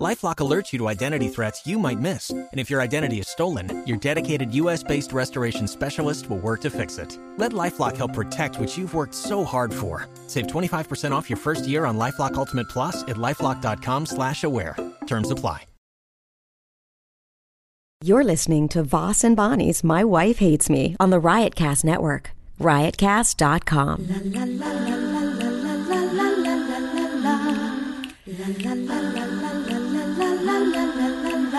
Lifelock alerts you to identity threats you might miss. And if your identity is stolen, your dedicated US based restoration specialist will work to fix it. Let Lifelock help protect what you've worked so hard for. Save 25% off your first year on Lifelock Ultimate Plus at lifelock.com slash aware. Terms apply. You're listening to Voss and Bonnie's My Wife Hates Me on the Riotcast Network, riotcast.com.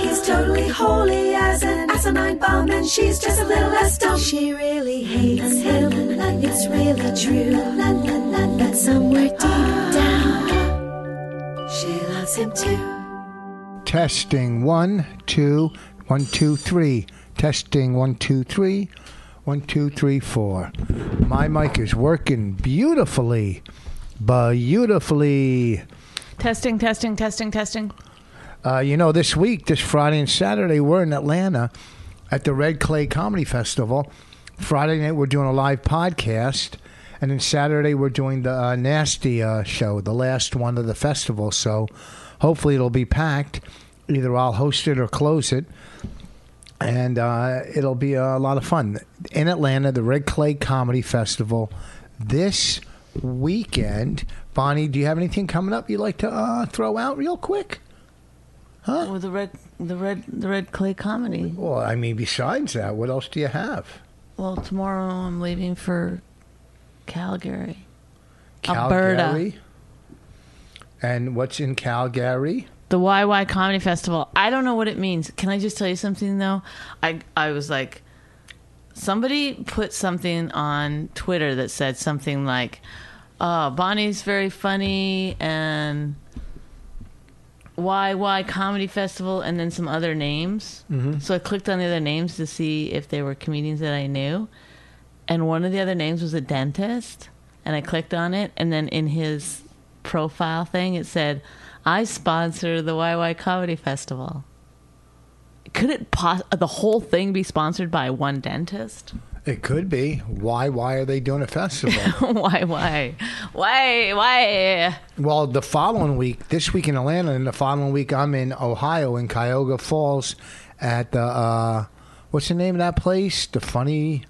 He's totally holy as an asinine bomb, and she's just a little less dumb. She really hates him, it's really true. But somewhere deep down, she loves him too. Testing one, two, one, two, three. Testing one, two, three. One, two, three, four. My mic is working beautifully. Beautifully. Testing, testing, testing, testing. Uh, you know, this week, this Friday and Saturday, we're in Atlanta at the Red Clay Comedy Festival. Friday night, we're doing a live podcast. And then Saturday, we're doing the uh, Nasty uh, show, the last one of the festival. So hopefully, it'll be packed. Either I'll host it or close it. And uh, it'll be a lot of fun. In Atlanta, the Red Clay Comedy Festival this weekend. Bonnie, do you have anything coming up you'd like to uh, throw out real quick? With the red, the red, the red clay comedy. Well, I mean, besides that, what else do you have? Well, tomorrow I'm leaving for Calgary. Alberta. Calgary. And what's in Calgary? the YY Comedy Festival. I don't know what it means. Can I just tell you something though? I I was like somebody put something on Twitter that said something like uh, Bonnie's very funny and YY Comedy Festival and then some other names. So I clicked on the other names to see if they were comedians that I knew. And one of the other names was a dentist. And I clicked on it. And then in his profile thing, it said, I sponsor the YY Comedy Festival. Could it pos- the whole thing be sponsored by one dentist? It could be. Why? Why are they doing a festival? why, why, why, why? well, the following week, this week in Atlanta, and the following week I'm in Ohio in Cuyahoga Falls at the uh, what's the name of that place? The funny.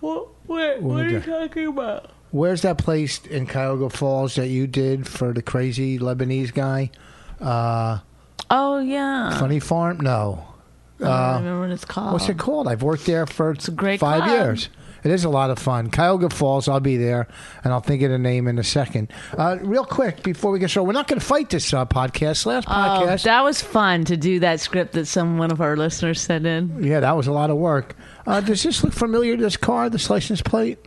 What, what, what are you talking about? Where's that place in Cuyahoga Falls that you did for the crazy Lebanese guy? Uh, Oh yeah, funny Farm? No. I don't remember what it's called. Uh, What's it called? I've worked there for it's Um, a great five club. years. It is a lot of fun. Cuyahoga Falls, I'll be there, and I'll think of the name in a second. Uh, real quick, before we get started, we're not going to fight this uh, podcast. Last Oh, podcast, that was fun to do that script that some one of our listeners sent in. yeah, that was a lot of work. Uh, does this look familiar? This car, this license plate,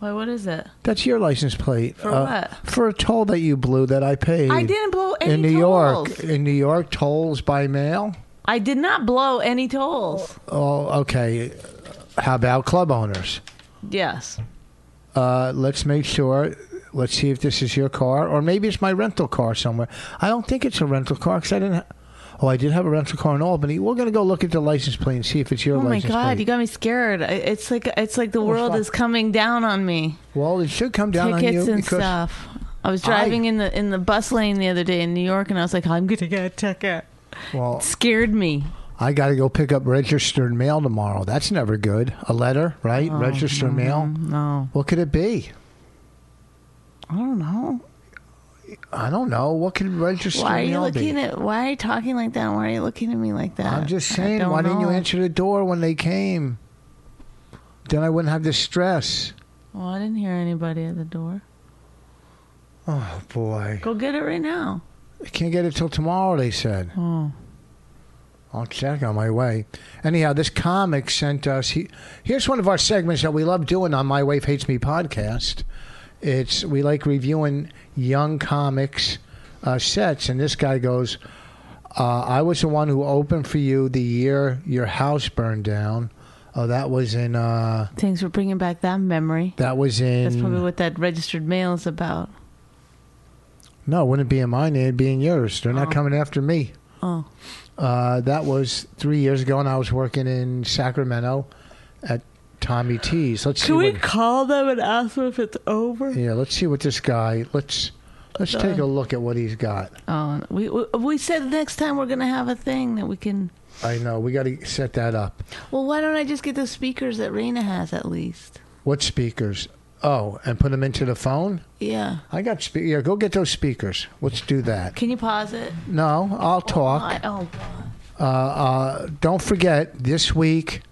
Why? What is it? that's your license plate. Uh, For what? For a toll that you blew that I paid. I didn't blow any in New tolls. York. In New York, tolls by mail. I did not blow any tolls. Oh, okay. How about club owners? Yes. uh, let's make sure. Let's see if this is your car, or maybe it's my rental car somewhere. I don't think it's a rental car because I didn't. Ha- oh, I did have a rental car in Albany. We're gonna go look at the license plate and see if it's your Oh my license god, plate. you got me scared. I- It's like it's like the world Oh, fuck. is coming down on me. well, it should come down on you Tickets and because stuff. I was driving in the in the bus lane the other day in New York, and I was like, I'm gonna get a ticket. well, Scared me. I got to go pick up registered mail tomorrow. That's never good. A letter, right? registered mail. Oh, No, What could it be? I don't know. I don't know. What could registered Why are you mail looking be? at? Why are you talking like that? Why are you looking at me like that? I'm just I saying. don't Why didn't you know. answer the door when they came? Then I wouldn't have this stress. Well, I didn't hear anybody at the door. Oh boy. Go get it right now. Can't get it till tomorrow, they said. Oh. I'll check on my way. Anyhow, this comic sent us. He, here's one of our segments that we love doing on My Wife Hates Me podcast. It's we like reviewing young comics uh, sets, and this guy goes, uh, "I was the one who opened for you the year your house burned down. Oh, that was in uh, Thanks for bringing back that memory. that was in That's probably what that registered mail is about. no, it wouldn't be in mine. It'd be in yours. They're not coming after me. Oh, Uh, that was three years ago, and I was working in Sacramento at Tommy T's. Let's see. can we what- call them and ask them if it's over? Yeah, let's see what this guy. Let's let's take a look at what he's got. Oh, we, we we said next time we're gonna have a thing that we can. I know we got to set that up. Well, why don't I just get the speakers that Raina has at least? What speakers? Oh, and put them into the phone. Yeah. I got spe- yeah. Go get those speakers. Let's do that. Can you pause it? No, I'll I, talk. oh, God. Uh, don't forget this week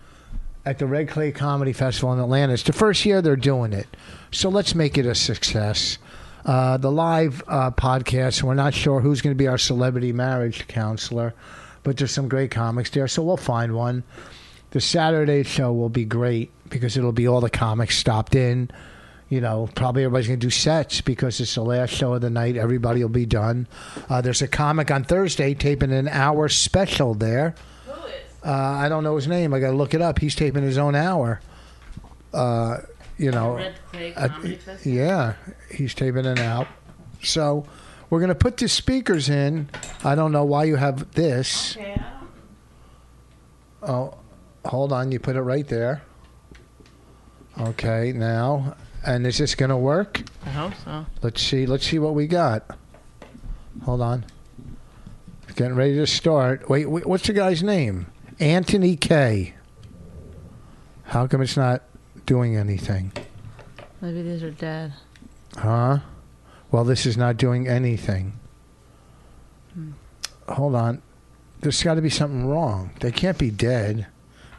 at the Red Clay Comedy Festival in Atlanta. It's the first year they're doing it, so let's make it a success. Uh, the live uh, podcast. We're not sure who's going to be our celebrity marriage counselor, but there's some great comics there, so we'll find one. The Saturday show will be great because it'll be all the comics stopped in. You know, probably everybody's going to do sets because it's the last show of the night. Everybody will be done. Uh, there's a comic on Thursday taping an hour special there. Uh, I don't know his name. I got to look it up. He's taping his own hour. Uh, you know, at- e-, yeah, he's taping it out. So we're gonna put the speakers in. I don't know why you have this. Oh, hold on. You put it right there. Okay, now, and is this gonna work? I hope so. Let's see. Let's see what we got. Hold on. Getting ready to start. Wait, wait what's the guy's name? Anthony K. How come it's not doing anything? Maybe these are dead. Huh? Well, this is not doing anything. Hmm. Hold on. There's got to be something wrong. They can't be dead.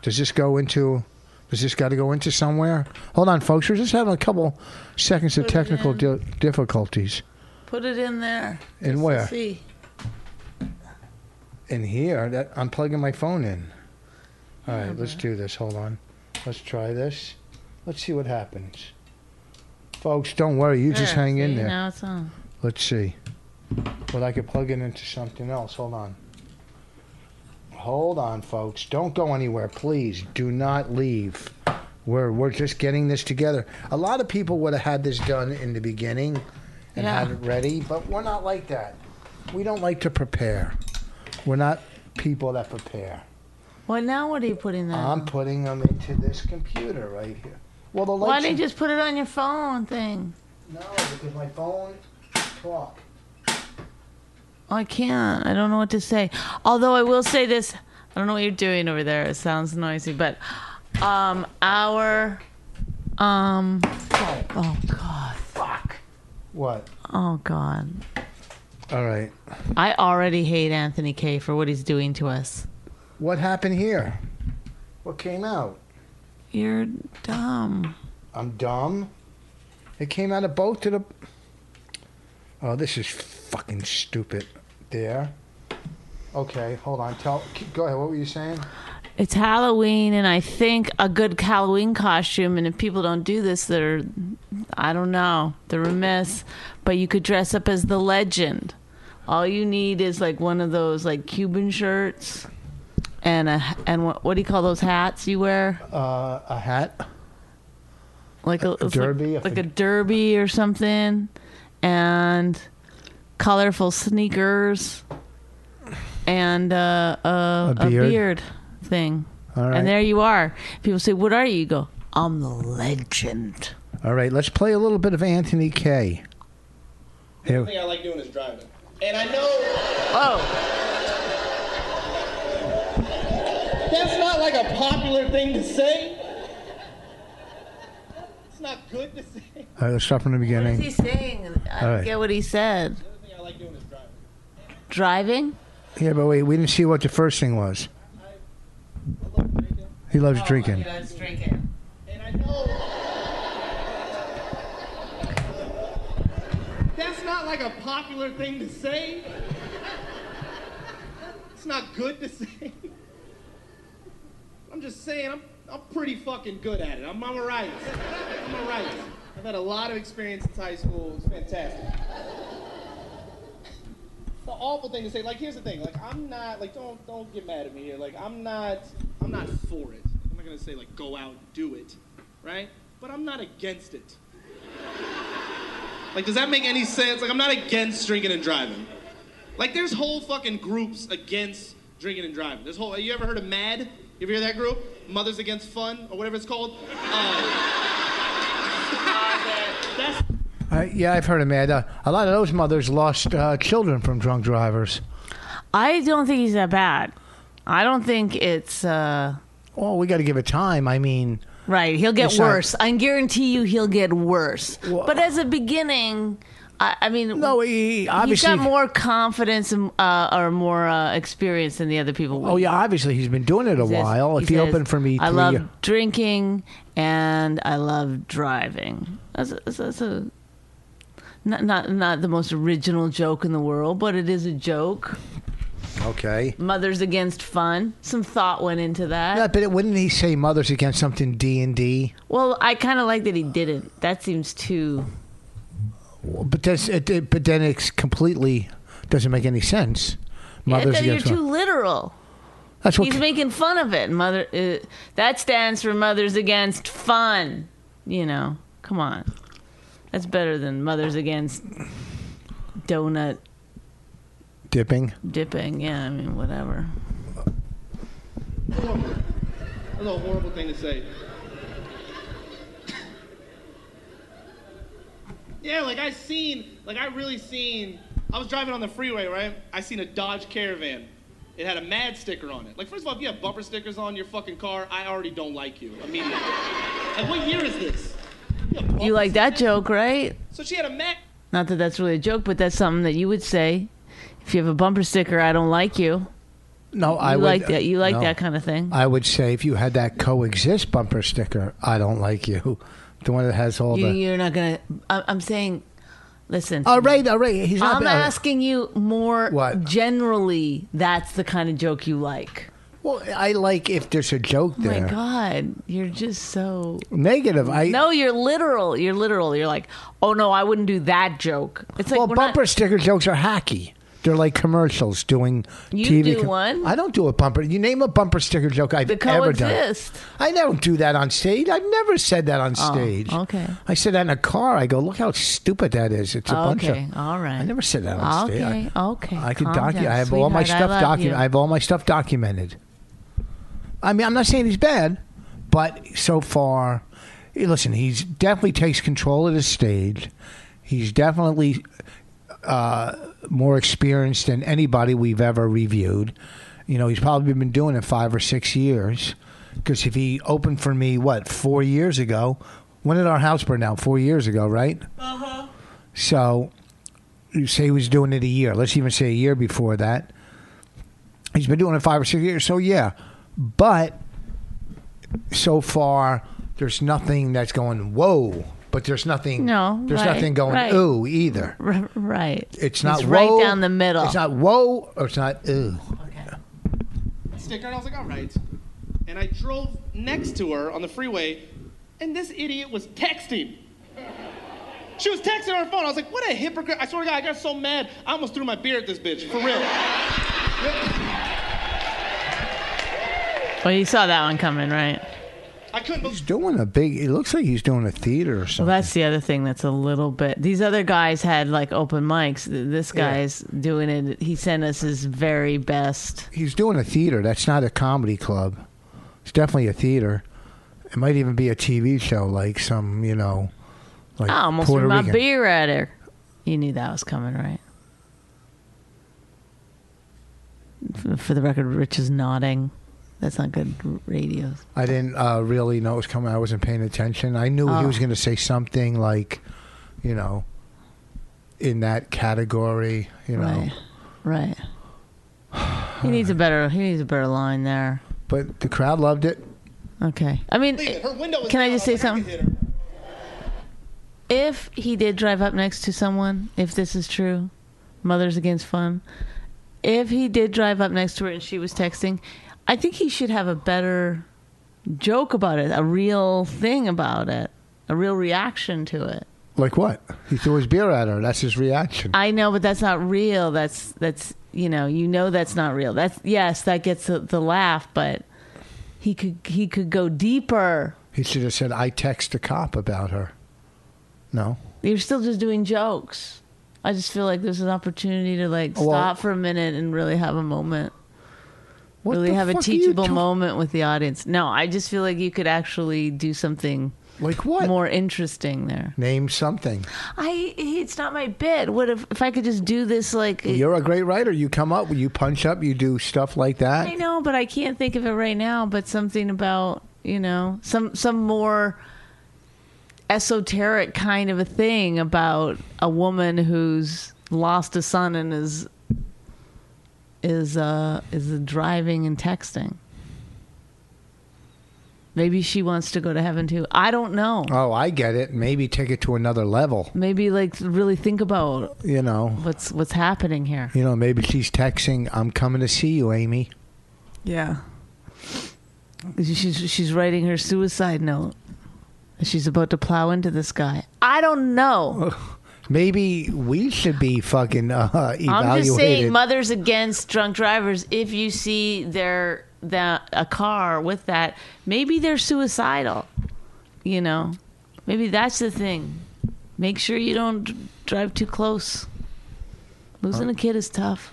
Does this go into? Does this got to go into somewhere? Hold on, folks. We're just having a couple seconds of Put it technical in. di- difficulties. Put it in there. In Just to where? See. in here that I'm plugging my phone in. All right, let's do this. Hold on. Let's try this. Let's see what happens. Folks, don't worry. You just There, hang in see? there. Now it's on. Let's see. But I could plug it into something else. Hold on. Hold on, folks. Don't go anywhere, please. Do not leave. We're we're just getting this together. A lot of people would have had this done in the beginning and Yeah. had it ready, but we're not like that. We don't like to prepare. We're not people that prepare. Well, now what are you putting that? I'm on? putting them into this computer right here. Well, the lights. Why didn't you just put it on your phone thing? No, because my phone talk. I can't. I don't know what to say. Although I will say this, I don't know what you're doing over there. It sounds noisy, but um, our um, oh god, fuck, What? oh god. All right. I already hate Anthony K for what he's doing to us. What happened here? What came out? You're dumb. I'm dumb. It came out of both to the. Oh, this is fucking stupid. There. Okay, hold on. Tell. keep- Go ahead. What were you saying? It's Halloween, and I think a good Halloween costume. And if people don't do this, they're, I don't know, they're remiss. But you could dress up as the legend. All you need is like one of those like Cuban shirts, and a and what, what do you call those hats you wear? Uh, a hat. Like a, it's like- derby, a like, fa- a derby or something, and colorful sneakers, and uh, a, A a beard. beard thing. All right. And there you are. People say, "What are you?" You go, "I'm the legend." All right. Let's play a little bit of Anthony K. Here. thing I like doing is driving. And I know Oh, that's not like a popular thing to say. It's not good to say. The All right. Let's uh, start from the what is beginning. he saying? I All don't right. get what he said. other thing I like doing is driving. Driving. Yeah, but wait. We didn't see what the first thing was. I love drinking. He Oh, loves Oh drinking. drinking. And I know that's not like a popular thing to say. It's not good to say. I'm just saying, I'm, I'm pretty fucking good at it. I'm, I'm alright. I'm alright. If had a lot of experience since high school. It's fantastic. the awful thing to say. Like, here's the thing. Like, I'm not. Like, don't don't get mad at me here. Like, I'm not. I'm not for it. I'm not gonna say like go out and do it, right? But I'm not against it. like, does that make any sense? Like, I'm not against drinking and driving. Like, there's whole fucking groups against drinking and driving. There's whole. You ever heard of MAD? You ever hear that group? Mothers Against Fun or whatever it's called. That's Uh, yeah, I've heard of that. Uh, a lot of those mothers lost uh, children from drunk drivers. I don't think he's that bad. I don't think it's uh, Oh, we got to give it time. I mean, right. He'll get It's not- worse. I guarantee you, he'll get worse. But as a beginning, I, I mean, no, he, he he's obviously. got more confidence and, uh, or more uh, experience than the other people. would. oh yeah, obviously he's been doing it a He says- while. If he, says, opened for me, I three love year- drinking and I love driving. That's a, that's a- that's a- not, not not the most original joke in the world, but it is a joke. okay. Mothers against fun. Some thought went into that. Yeah, but it, wouldn't he say mothers against something D and D? Well, I kind of like that he didn't. That seems too. But that's it, it- But then it's completely doesn't make any sense. Mothers that you're against. too literal. that's what He's making fun of it. Mother. Uh, that stands for mothers against fun. You know. Come on. That's better than mothers against donut dipping. dipping. Yeah, I mean, whatever. horrible. That's a horrible thing to say. yeah, like I seen, like I really seen. I was driving on the freeway, right? I seen a Dodge Caravan. It had a Mad sticker on it. Like, first of all, if you have bumper stickers on your fucking car, I already don't like you immediately. like, what year is this? You, have You bumper- like that joke, right? So she had a Mad. Not that that's really a joke, but that's something that you would say if you have a bumper sticker. I don't like you. You No, I would, like that. You like no. that kind of thing. I would say if you had that coexist bumper sticker, I don't like you. The one that has all You, the. you're not gonna. I, I'm saying, listen. All right, all right. He's not. I'm all right. asking you more What? generally. That's the kind of joke you like. Well, I like if there's a joke Oh my there. God, you're just so. Negative. I No, you're literal. You're literal. You're like, oh no, I wouldn't do that joke. It's like well, we're not- bumper sticker jokes are hacky. They're like commercials doing You TV. do one? I don't do a bumper. You name a bumper sticker joke I've The ever done. coexist. Oh, I don't do that on stage. I've never said that on stage. okay. I said that in a car. I go, look how stupid that is. It's a bunch of. Oh, Okay, all right. I never said that on stage. Okay, I, okay, I could calm docu- down, I have all my sweetheart, I stuff love documented. you. I have all my stuff documented. I mean, I'm not saying he's bad, but so far, eh, listen, he's definitely takes control of the stage. He's definitely uh, more experienced than anybody we've ever reviewed. You know, he's probably been doing it five or six years. Because if he opened for me, what, four years ago? When did our house burn down? Four years ago, right? Uh huh. So you say he was doing it a year. Let's even say a year before that. He's been doing it five or six years. So yeah, but so far there's nothing that's going whoa. But there's nothing. No, there's right, nothing going right. ooh either. R- right. It's not It's right whoa, down the middle. It's not whoa or it's not ooh. sticker, and I was like, all right. And I drove next to her on the freeway, and this idiot was texting. She was texting on her phone. I was like, what a hypocrite. I swear to God, I got so mad, I almost threw my beer at this bitch, for real. Well, you saw that one coming, right? I couldn't believe He's doing a big. It looks like he's doing a theater or Well, something. that's the other thing that's a little bit. These other guys had like open mics. Th- This guy's doing it. He sent us his very best. he's doing a theater. That's not a comedy club. It's definitely a theater. It might even be a TV show, like some you know, like I Ah, almost Puerto threw my Rican. beer at her. You knew that was coming, right? F- For the record, Rich is nodding. That's not good r- radio. I didn't uh, really know it was coming. I wasn't paying attention. I knew he Oh. was going to say something like, you know, in that category. You know, Right. Right. He needs a better. He needs a better line there. but the crowd loved it. Okay. I mean, it. Her window was Can I down. just was say like, I could something? hit her. if he did drive up next to someone, if this is true, Mothers Against Fun, if he did drive up next to her and she was texting, I think he should have a better joke about it, a real thing about it. a real reaction to it. Like what? He threw his beer at her. That's his reaction. I know, but that's not real. That's that's you know, you know that's not real. That's yes, that gets the, the laugh, but he could he could go deeper. He should have said, "I text a cop about her." No. You're still just doing jokes. I just feel like there's an opportunity to like Oh, Well- stop for a minute and really have a moment. What really the have a fuck are you teachable ta- moment with the audience. No, I just feel like you could actually do something Like what? more interesting there. Name something. I it's not my bit. What if if I could just do this like You're a great writer. You come up, you punch up, you do stuff like that. I know, but I can't think of it right now. But something about you know some some more esoteric kind of a thing about a woman who's lost a son and is is uh is driving and texting. Maybe she wants to go to heaven too. I don't know. Oh, I get it. Maybe take it to another level. Maybe like really think about You know, what's what's happening here. you know. Maybe she's texting, "I'm coming to see you, Amy." Yeah. She's she's writing her suicide note. She's about to plow into this guy. I don't know. Maybe we should be fucking uh, evaluated. I'm just saying, mothers against drunk drivers. If you see their that a car with that, maybe they're suicidal. You know, maybe that's the thing. Make sure you don't d- drive too close. Losing a kid is tough.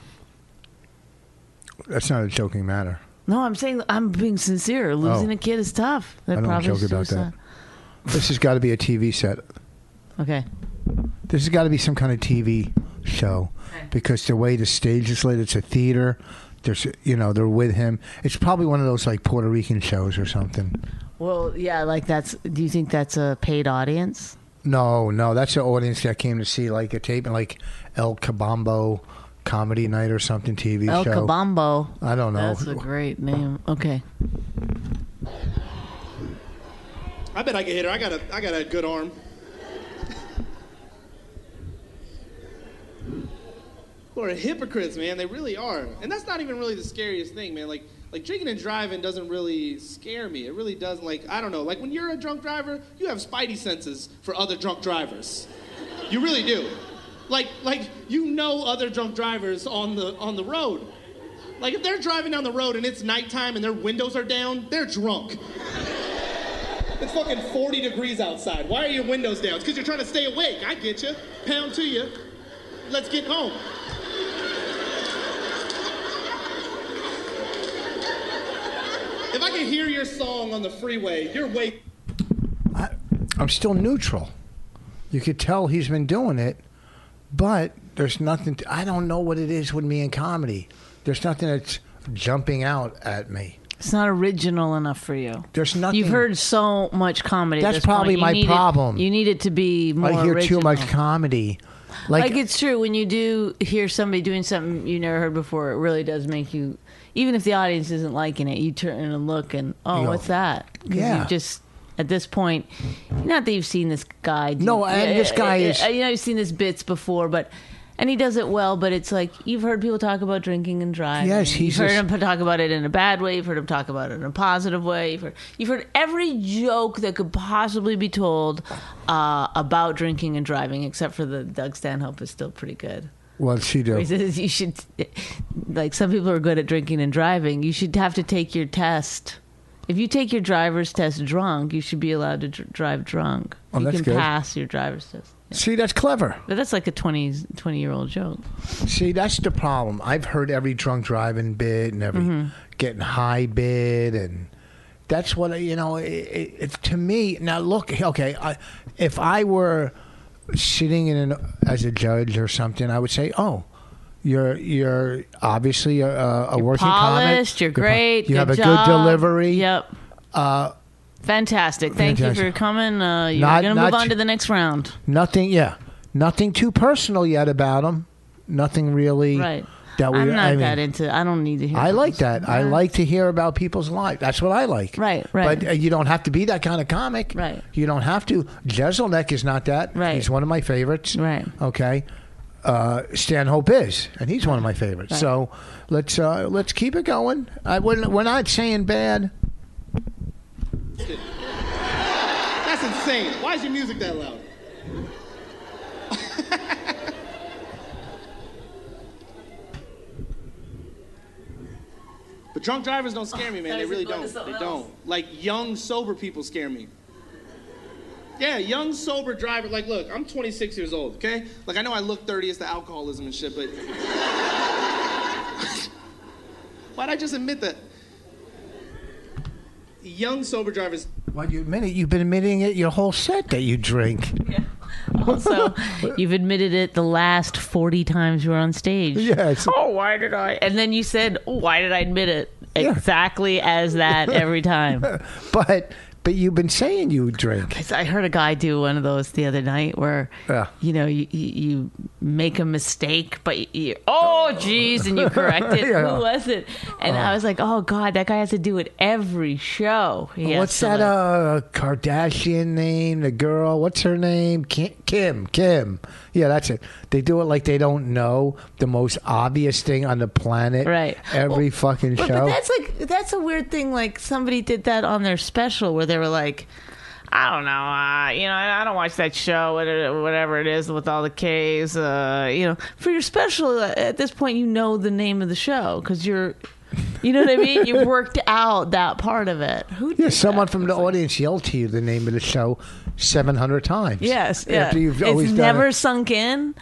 That's not a joking matter. No, I'm saying I'm being sincere. Losing Oh. a kid is tough. I don't probably joke about suicide. that. This has got to be a TV set. Okay. This has got to be some kind of TV show because the way the stage is laid, it's a theater. There's, you know, they're with him. It's probably one of those like Puerto Rican shows or something. Well, yeah, like that's. Do you think that's a paid audience? No, no, that's the audience that came to see like a tape like El Cabambo comedy night or something TV El show. Cabambo. I don't know. That's a great name. Okay. I bet I can hit her. I got a, I got a good arm. People are hypocrites, man. They really are. And that's not even really the scariest thing, man. Like, like drinking and driving doesn't really scare me. It really doesn't. Like, I don't know. Like when you're a drunk driver, you have spidey senses for other drunk drivers. You really do. Like, like you know other drunk drivers on the on the road. Like if they're driving down the road and it's nighttime and their windows are down, they're drunk. It's fucking 40 degrees outside. Why are your windows down? It's because you're trying to stay awake. I get you. Pound to you. Let's get home. If I can hear your song on the freeway, you're way. I, I'm still neutral. You could tell he's been doing it, but there's nothing. To, I don't know what it is with me in comedy. There's nothing that's jumping out at me. It's not original enough for you. There's nothing. You've heard so much comedy. at That's this point. probably You my need it- problem. you need it to be more. I hear original. too much comedy. Like, Like, it's true when you do hear somebody doing something you never heard before. It really does make you, even if the audience isn't liking it, you turn and look and oh, You go, what's that? 'Cause yeah. You just at this point, not that you've seen this guy. Do, No, and this guy yeah, is- You know, you've seen this bits before, but. And he does it well, but it's like you've heard people talk about drinking and driving. Yes, he's you've heard just- him talk about it in a bad way. You've heard him talk about it in a positive way. You've heard, you've heard every joke that could possibly be told uh, about drinking and driving, except for the Doug Stanhope is still pretty good. what's she do? He says you should, like, some people are good at drinking and driving. You should have to take your test. If you take your driver's test drunk, you should be allowed to dr- drive drunk. Oh, you that's can good. pass your driver's test. See, that's clever. But that's like a 20, 20 year old joke. See, that's the problem. I've heard every drunk driving bit and every Mm-hmm. getting high bit, and that's what I- you know. It, it, it, to me, now look, okay, I, if I were sitting in an, as a judge or something, I would say, oh. You're you're obviously a, a working comic. Polished, you're pol- great. You have a job. good delivery. Uh, Yep. fantastic. Thank you fantastic. for coming. Uh, you're Not- going to not move on ch- to the next round. Nothing. Yeah. Nothing too personal yet about him. Nothing really. Right. That we. I'm not I mean, that into I don't need to hear I like those. that. I Yeah. like to hear about people's lives. That's what I like. Right, right. But uh, you don't have to be that kind of comic. Right. You don't have to. Jezelnik is not that. Right. He's one of my favorites. Right. Okay. Uh, Stanhope is, and he's one of my favorites. Right. So let's uh, let's keep it going. I, we're, we're not saying bad. That's insane. Why is your music that loud? but drunk drivers don't scare me, man. That They is really going to don't. They something else. don't. Like young sober people scare me. Yeah, young sober driver. Like, look, I'm 26 years old. Okay, like I know I look 30 as the alcoholism and shit, but why'd I just admit that? Young sober drivers Well, you admit it. You've been admitting it your whole set that you drink. Also, you've admitted it the last 40 times you were on stage. Yes. Oh, why did I? And then you said, oh, why did I admit it? Yeah. Exactly as that every time. But but you've been saying you drink. So I heard a guy do one of those the other night where, Yeah. you know, you, you you make a mistake, but you, you- oh, geez, and you correct it. Yeah. Uh-huh. Who was it? And I was like, oh, God, that guy has to do it every show. He has What's to, that like- uh, Kardashian name? The girl. What's her name? Ki- Kim. Kim. Yeah, that's it. They do it like they don't know the most obvious thing on the planet. Right. Every Well, fucking show. But, but that's like that's a weird thing. Like somebody did that on their special where they were like, I don't know, uh, you know, I don't watch that show, whatever- whatever it is with all the K's, uh, you know. For your special, uh, at this point, you know the name of the show because you're, you know what I mean. You've worked out that part of it. Who? Did yeah, someone that? from the audience yelled to you the name of the show 700 times. Yes, yeah. After you've always it's done never it. sunk in.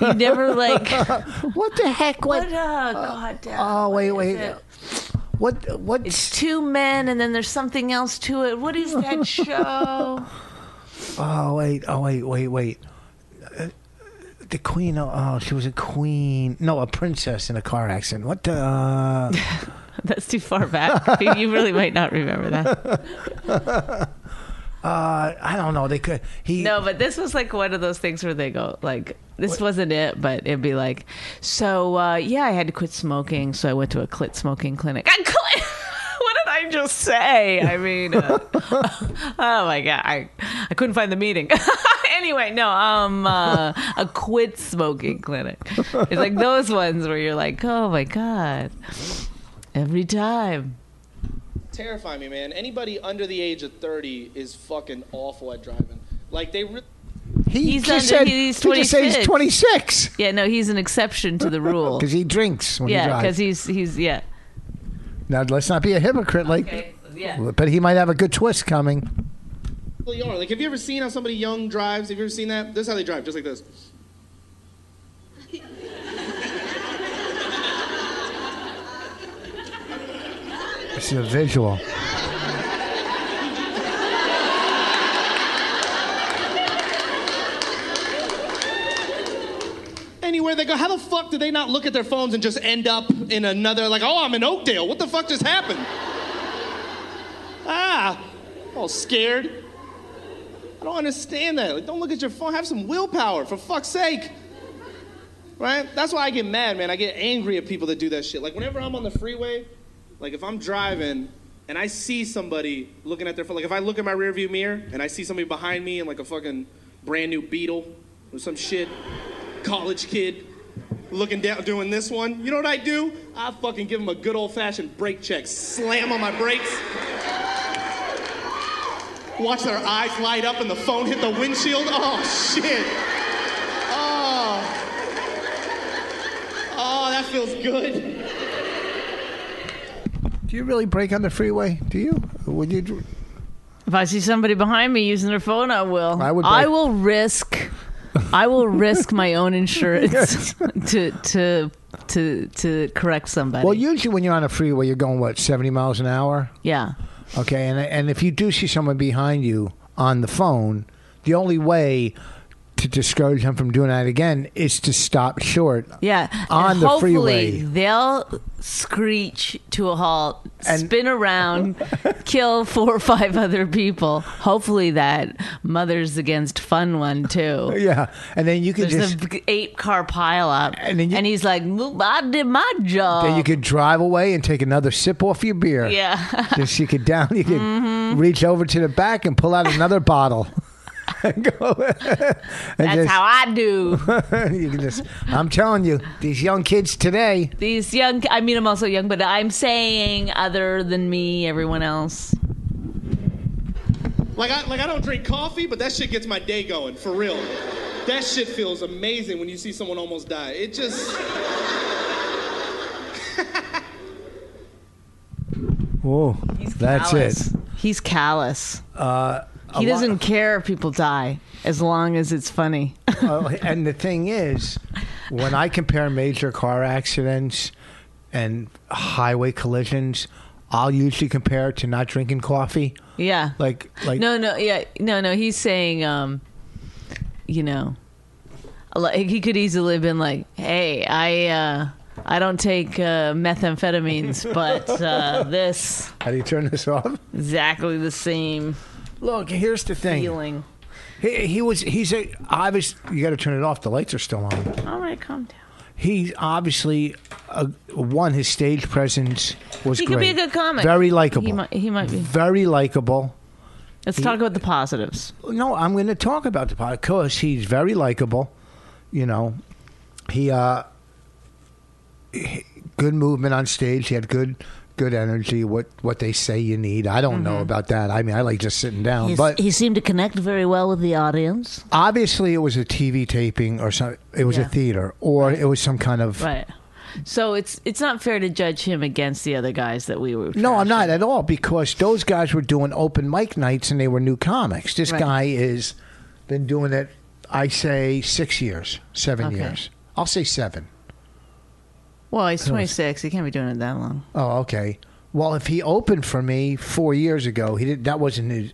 You never like What the heck? what? What? oh, God damn. oh, wait, what is wait. it? What? What? It's two men, and then there's something else to it. What is that show? Oh wait, oh wait, wait, wait. Uh, The queen. Oh, oh, she was a queen. No, a princess in a car accident. What the? Uh, That's too far back. you really might not remember that. uh, I don't know. They could. He. No, but this was like one of those things where they go like, "This wasn't it," but it'd be like, "So uh, yeah, I had to quit smoking, so I went to a clit smoking clinic." I clit. what did I just say? I mean, uh, oh my god, I I couldn't find the meeting. anyway, no, um, uh, a quit smoking clinic. It's like those ones where you're like, "Oh my god," every time. terrify me, man. Anybody under the age of 30 is fucking awful at driving. Like they really He he's just under- said. he's he just said he's 26. twenty six Yeah, no, he's an exception to the rule. because he drinks when he yeah, because drives. he's he's yeah. now let's not be a hypocrite. Like, yeah. but he might have a good twist coming. are. Like, have you ever seen how somebody young drives? Have you ever seen that? This is how they drive, just like this. This is a visual. Anywhere they go, how the fuck did they not look at their phones and just end up in another? Like, oh, I'm in Oakdale. What the fuck just happened? Ah, all scared. I don't understand that. Like, don't look at your phone. Have some willpower, for fuck's sake. Right? That's why I get mad, man. I get angry at people that do that shit. Like, whenever I'm on the freeway, like, if I'm driving and I see somebody looking at their phone, like, if I look in my rearview mirror and I see somebody behind me in, like, a fucking brand new Beetle or some shit, college kid, looking down, doing this one, you know what I do? I fucking give them a good old fashioned brake check, slam on my brakes. Watch their eyes light up and the phone hit the windshield. Oh, shit. Oh. Oh, that feels good. Do you really break on the freeway? Do you? Would you? dr- If I see somebody behind me using their phone, I will. I would I break- will risk. I will risk my own insurance to to to to correct somebody. Well, usually when you're on a freeway, you're going what seventy miles an hour. yeah. Okay, and and if you do see someone behind you on the phone, the only way to discourage them from doing that again is to stop short. Yeah, On and the hopefully freeway. they'll screech to a halt, And- spin around, kill four or five other people. Hopefully that mothers against fun one too. Yeah, and then you could There's just a big eight car pileup, And and, then you- he's like, "Well, "I did my job." then you could drive away and take another sip off your beer. yeah, just you could down, you could Mm-hmm. reach over to the back and pull out another bottle. and go, and that's just, how I do. you can just. I'm telling you, these young kids today. These young, I mean, I'm also young, but I'm saying other than me, everyone else. Like I like I don't drink coffee, but that shit gets my day going for real. That shit feels amazing when you see someone almost die. It just Whoa, that's callous. it. Uh, He's callous. he doesn't care if people die as long as it's funny. Oh, and the thing is, when I compare major car accidents and highway collisions, I'll usually compare it to not drinking coffee. yeah. Like, like no, no, yeah, no, no. He's saying, um, you know, a lo- he could easily have been like, "Hey, I, uh, I don't take uh, methamphetamines, but uh, this how do you turn this off? exactly the same Look, here's the thing. feeling." He, he was, he's a obvious. You got to turn it off. The lights are still on. All right, calm down. He obviously, uh, one, his stage presence was He great. could be a good comic. Very likable. He might, he might be. Very likable. Let's talk about the positives. no, I'm going to talk about the podcast because he's very likable. You know, he uh, he- good movement on stage. He had good good energy. What what they say you need. I don't know about that. I mean, I like just sitting down, but Mm-hmm. he seemed to connect very well with the audience. obviously it was a TV taping or something. It was Yeah. a theater or it was some kind of. Right. So it's it's not fair to judge him against the other guys that we were. No, I'm trashing. not at all because those guys were doing open mic nights and they were new comics. This Right. guy is been doing it. I say six years, seven Okay. years. I'll say seven. Well, he's 26. He can't be doing it that long. Oh, okay. Well, if he opened for me four years ago, he did. That wasn't his.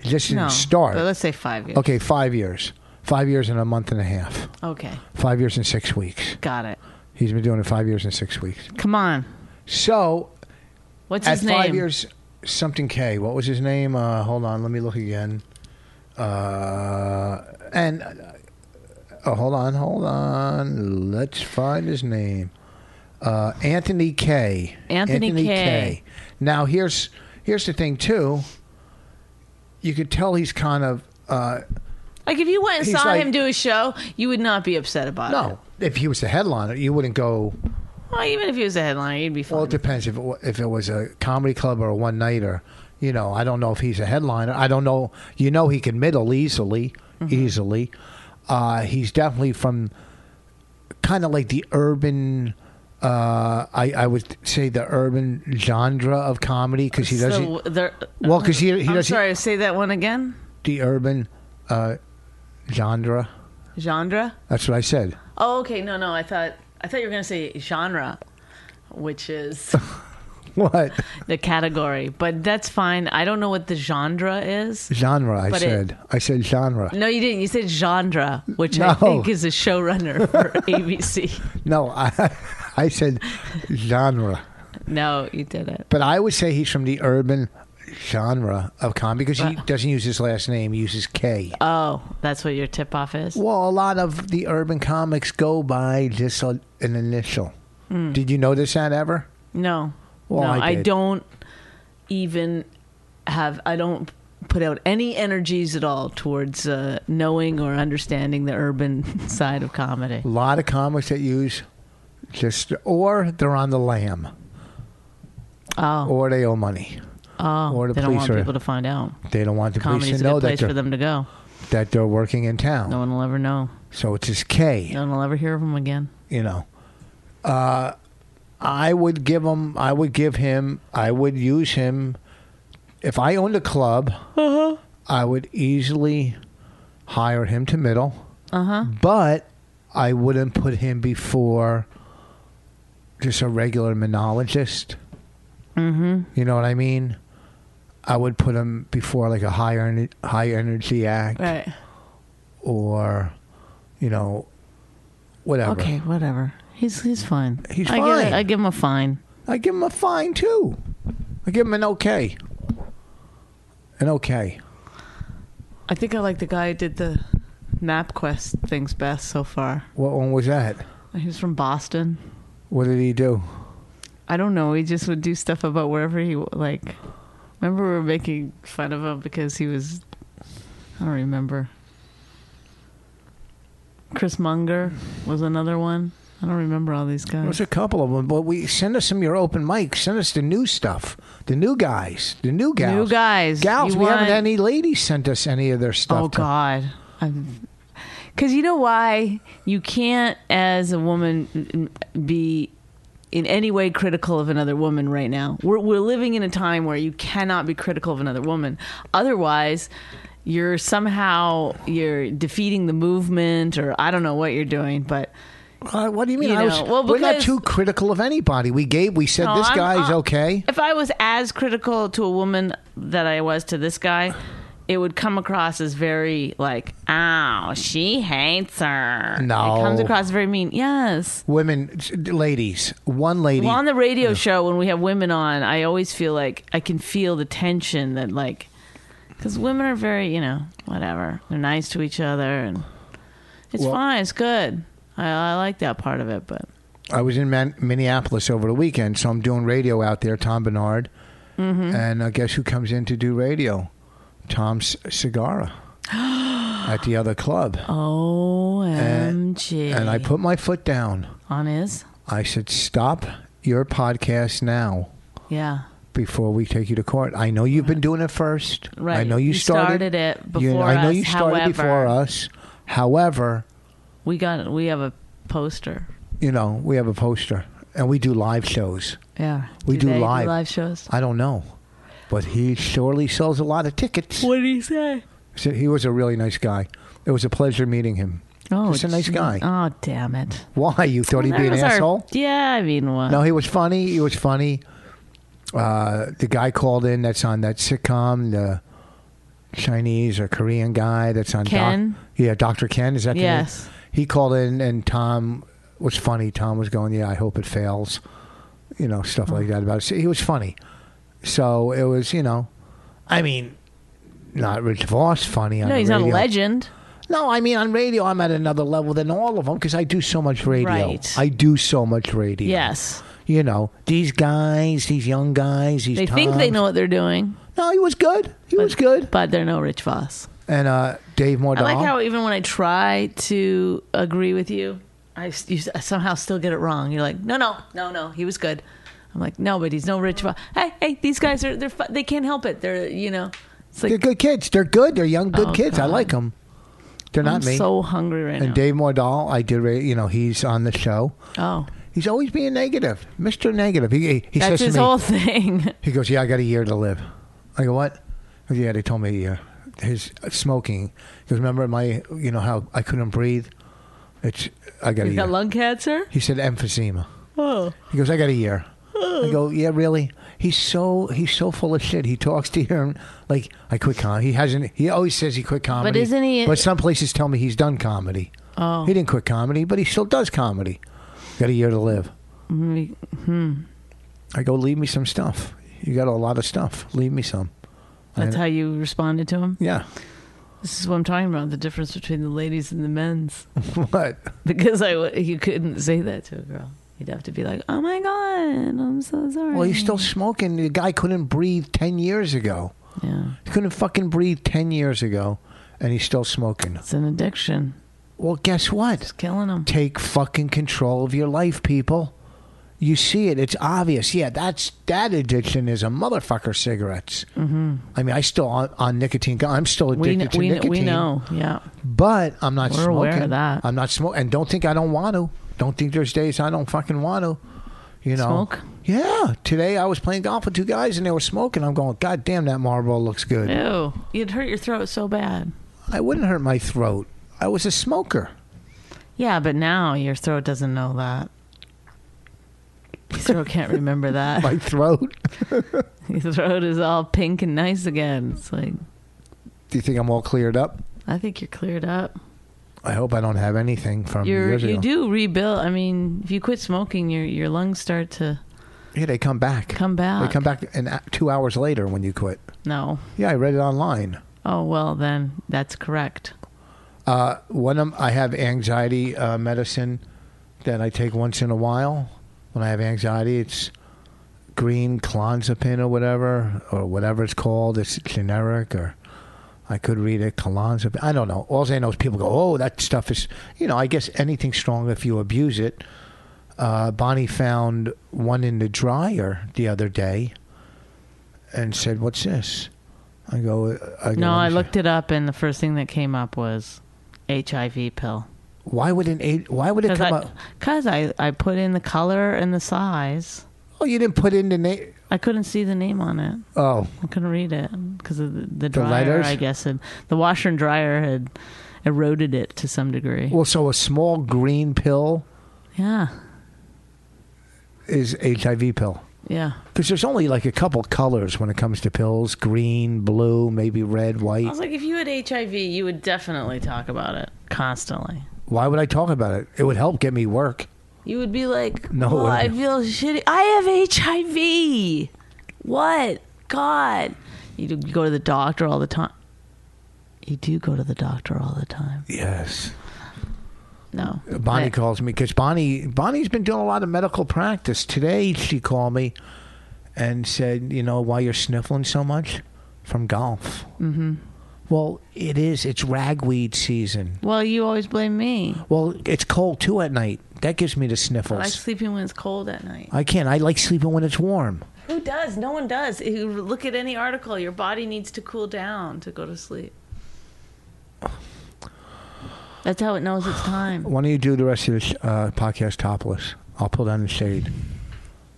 He just didn't no. start. But let's say five years. Okay, five years. Five years and a month and a half. Okay. Five years and six weeks. Got it. He's been doing it five years and six weeks. Come on. So What's at his name? five years, something K. What was his name? Uh, hold on, let me look again. Uh, and uh, oh, hold on, hold on. Let's find his name. Uh, Anthony K. Anthony K. Now here's here's the thing too. You could tell he's kind of uh, Like, if you went and He's saw like- him do a show, you would not be upset about it. no. If he was the headliner, you wouldn't go. Well, even if he was a headliner, you'd be fine. Well, it depends if it, wa- if it was a comedy club or a one nighter. You know, I don't know if he's a headliner. I don't know. You know, he can middle easily, Mm-hmm. easily. Uh, he's definitely from kind of like the urban. Uh, I I would say the urban genre of comedy because he doesn't So there- Well, 'cause he- he I'm doesn't- sorry, say that one again. the urban uh, genre. Genre? That's what I said. Oh, okay. No, no. I thought I thought you were going to say genre, which is What the category. But that's fine. I don't know what the genre is. genre? I But it- said. I said genre. No, you didn't. You said genre, which I No. think is a showrunner for ABC. No, I I said genre. No, you did it. But I would say he's from the urban genre of comedy because he doesn't use his last name, he uses K. Oh, that's what your tip off is? well, a lot of the urban comics go by just a, an initial. Hmm. Did you notice that ever? No. Well, no, I I, did. don't even have, I don't put out any energies at all towards uh, knowing or understanding the urban side of comedy. A lot of comics that use just, or they're on the lam, Oh, or they owe money. oh or the they don't police want are- people to find out. They don't want the police Comedy's to a know good that place for they're, them to go. that they're working in town. No one will ever know. So it's his K. No one will ever hear of them again. you know. Uh, I would give him. I would give him. I would use him. If I owned a club, Uh-huh. I would easily hire him to middle. Uh-huh. But I wouldn't put him before just a regular monologist. Mm-hmm. You know what I mean? I would put him before like a high, ener- high energy act Right. or, you know, whatever. Okay, whatever. He's he's fine. He's I fine. Give, I give him a fine. I give him a fine too. I give him an okay. An okay. I think I like the guy who did the MapQuest things best so far. What one was that? He was from Boston. What did he do? I don't know. He just would do stuff about wherever he like. Remember we were making fun of him because he was. I don't remember. Chris Munger was another one. I don't remember all these guys. There's a couple of them, but we send us some of your open mics. Send us the new stuff, the new guys, the new gals, New guys. gals. You we haven't want- had any ladies sent us any of their stuff. Oh to- God, because you know why you can't, as a woman, be in any way critical of another woman right now. We're we're living in a time where you cannot be critical of another woman. Otherwise, you're somehow you're defeating the movement, or I don't know what you're doing, but. Uh, what do you mean? You I was, know, well, we're not because- too critical of anybody. We gave. We said No, this I'm- guy's I- okay. If I was as critical to a woman that I was to this guy, it would come across as very like, "Oh, she hates her." No. it comes across very mean. Yes. Women, ladies, one lady. Well, on the radio show when we have women on, I always feel like I can feel the tension that like, because women are very, you know, whatever. They're nice to each other, and it's fine. It's good. I, I like that part of it, but I was in Man- Minneapolis over the weekend, so I'm doing radio out there. Tom Bernard, Mm-hmm. and uh, guess who comes in to do radio? Tom S- Segura at the other club, OMG. and I put my foot down. on his, I said, "Stop your podcast now." yeah. before we take you to court. I know you've been doing it first. I Right. know you You started, started it You- before I know us, you started however. before us. However, We got we have a poster. you know we have a poster and we do live shows. Yeah. We do they live. live shows. I don't know, but he surely sells a lot of tickets. What did he say? So he was a really nice guy. It was a pleasure meeting him. Oh, Just a nice gee. guy. Oh, damn it. Why you thought he'd be That an was our- asshole? Yeah, I mean, what? No, he was funny. He was funny. Uh, the guy called in that's on that sitcom, the Chinese or Korean guy that's on. Doc- Ken? yeah, Doctor Ken. Is that the name? Yes. He called in, and Tom was funny. Tom was going, "Yeah, I hope it fails," you know, stuff like that. About it. So he was funny. So it was, you know, I mean, not Rich Voss funny. On No, the he's not a radio. legend. No, I mean on radio, I'm at another level than all of them because I do so much radio. Right. I do so much radio Yes. you know, these guys, these young guys, these They think they Toms. know what they're doing. No, he was good. He was good. But they're no Rich Voss. And uh, Dave Mordahl. I like how even when I try to agree with you, I, s- you s- I somehow still get it wrong. You're like, no, no, no, no, he was good. I'm like, no, but he's no Rich Voss. Hey, hey, these guys are they're fu- they can't help it. They're you know, it's like they're good kids. They're good. They're young, good Oh, kids. I God. like them. They're I'm not me. so hungry right and now. Dave Mordahl, I did. ra- You know, he's on the show. oh, He's always being negative, Mister Negative. He he, he says that's to his me, whole thing. he goes, "Yeah, I got a year to live." I go, "What?" He goes, yeah, they told me a year. His uh, smoking. He goes, "Remember my? You know how I couldn't breathe? It's I got a You year." got lung cancer? he said emphysema. Oh. He goes, I got a year. I go, yeah, really? He's so he's so full of shit. He talks to you like I quit comedy. He hasn't. He always says he quit comedy. isn't he- But some places tell me he's done comedy. Oh. He didn't quit comedy, but he still does comedy. Got a year to live. Mm, I go, leave me some stuff. You got a lot of stuff. Leave me some. That's I- how you responded to him? Yeah. This is what I'm talking about the difference between the ladies and the men's. what? Because I, w- you couldn't say that to a girl. You'd have to be like, oh my God, I'm so sorry. Well, he's still smoking. The guy couldn't breathe ten years ago. Yeah, He couldn't fucking breathe ten years ago, and he's still smoking. it's an addiction. Well, guess what? It's killing him. take fucking control of your life, people. You see it; it's obvious. Yeah, that's that addiction is a motherfucker. Cigarettes. Mm-hmm. I mean, I still on, on nicotine. I'm still We, addicted kn- to we, kn- nicotine. we know. Yeah. but I'm not We're smoking. aware of that. I'm not smoking, and don't think I don't want to. Don't think there's days I don't fucking want to. You know. Smoke? Yeah. Today I was playing golf with two guys, and they were smoking. I'm going, God damn, that Marlboro looks good. Ew. You'd hurt your throat so bad. I wouldn't hurt my throat. I was a smoker. Yeah, but now your throat doesn't know that. Your throat can't remember that. My throat. Your throat is all pink and nice again. It's like, Do you think I'm all cleared up? I think you're cleared up. I hope I don't have anything from You're, years ago. you do rebuild. I mean, if you quit smoking, your your lungs start to Yeah, they come back. come back. They come back in a- two hours later when you quit. No. Yeah, I read it online. Oh well, then that's correct. Uh, one of 'em- I have anxiety uh, medicine that I take once in a while. When I have anxiety, it's green clonazepam or whatever, or whatever it's called. It's generic, or I could read it clonazepam. I don't know. All I know is people go, "Oh, that stuff is," you know. I guess anything strong if you abuse it. Uh, Bonnie found one in the dryer the other day, and said, "What's this?" I go, uh, I go No, "Let I me see." looked it up, and the first thing that came up was HIV pill. Why would an eight? Why would it Because come I, up? 'cause I, I put in the color and the size. Oh, you didn't put in the name. I couldn't see the name on it. Oh, I couldn't read it because of the, the dryer. letters? I guess and the washer and dryer had eroded it to some degree. well, so a small green pill yeah, is HIV pill. yeah. Because there's only like a couple colors when it comes to pills: green, blue, maybe red, I white. was like, if you had HIV, you would definitely talk about it constantly. Why would I talk about it? It would help get me work. You would be like, No, no, well, I- I feel shitty. I have HIV. What? God. You do you go to the doctor all the time. You do go to the doctor all the time. Yes. No. Bonnie I- calls me because Bonnie Bonnie's been doing a lot of medical practice. Today she called me and said, "You know why you're sniffling so much from golf?" Mm-hmm. Well, it is. It's ragweed season. Well, you always blame me. Well, it's cold too at night. That gives me the Oh, I like sniffles. sleeping when it's cold at night. I can't. I like sleeping when it's warm. Who does? No one does. If you look at any article. Your body needs to cool down to go to sleep. That's how it knows it's time. Why don't you do the rest of this uh, podcast topless? I'll pull down the shade.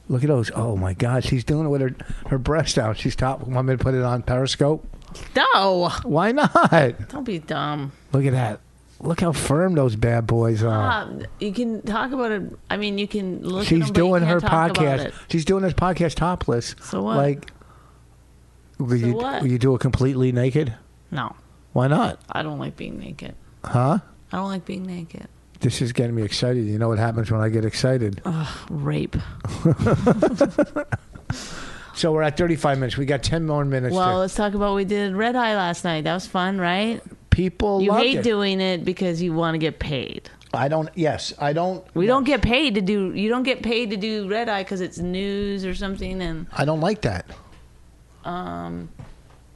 Look at those. Oh my God, she's doing it with her her breast out. She's top. Want me to put it on Periscope? No, Why not? don't be dumb. Look at that. Look how firm those bad boys are. Uh, you can talk about it. I mean, you can look. at She's them, but you doing can't her talk about podcast. it. She's doing this podcast topless. So what? Like, will, you, what? will you do it completely naked? No, Why not? I don't like being naked. Huh? I don't like being naked. This is getting me excited. You know what happens when I get excited. Oh. Rape. So we're at 35 minutes. We got 10 more minutes. Well, to, let's talk about what we did at Red Eye last night. That was fun, right? people You loved hate it. doing it because you want to get paid. I don't. Yes, I don't. We don't get paid to do. You don't get paid to do Red Eye because it's news or something. And I don't like that.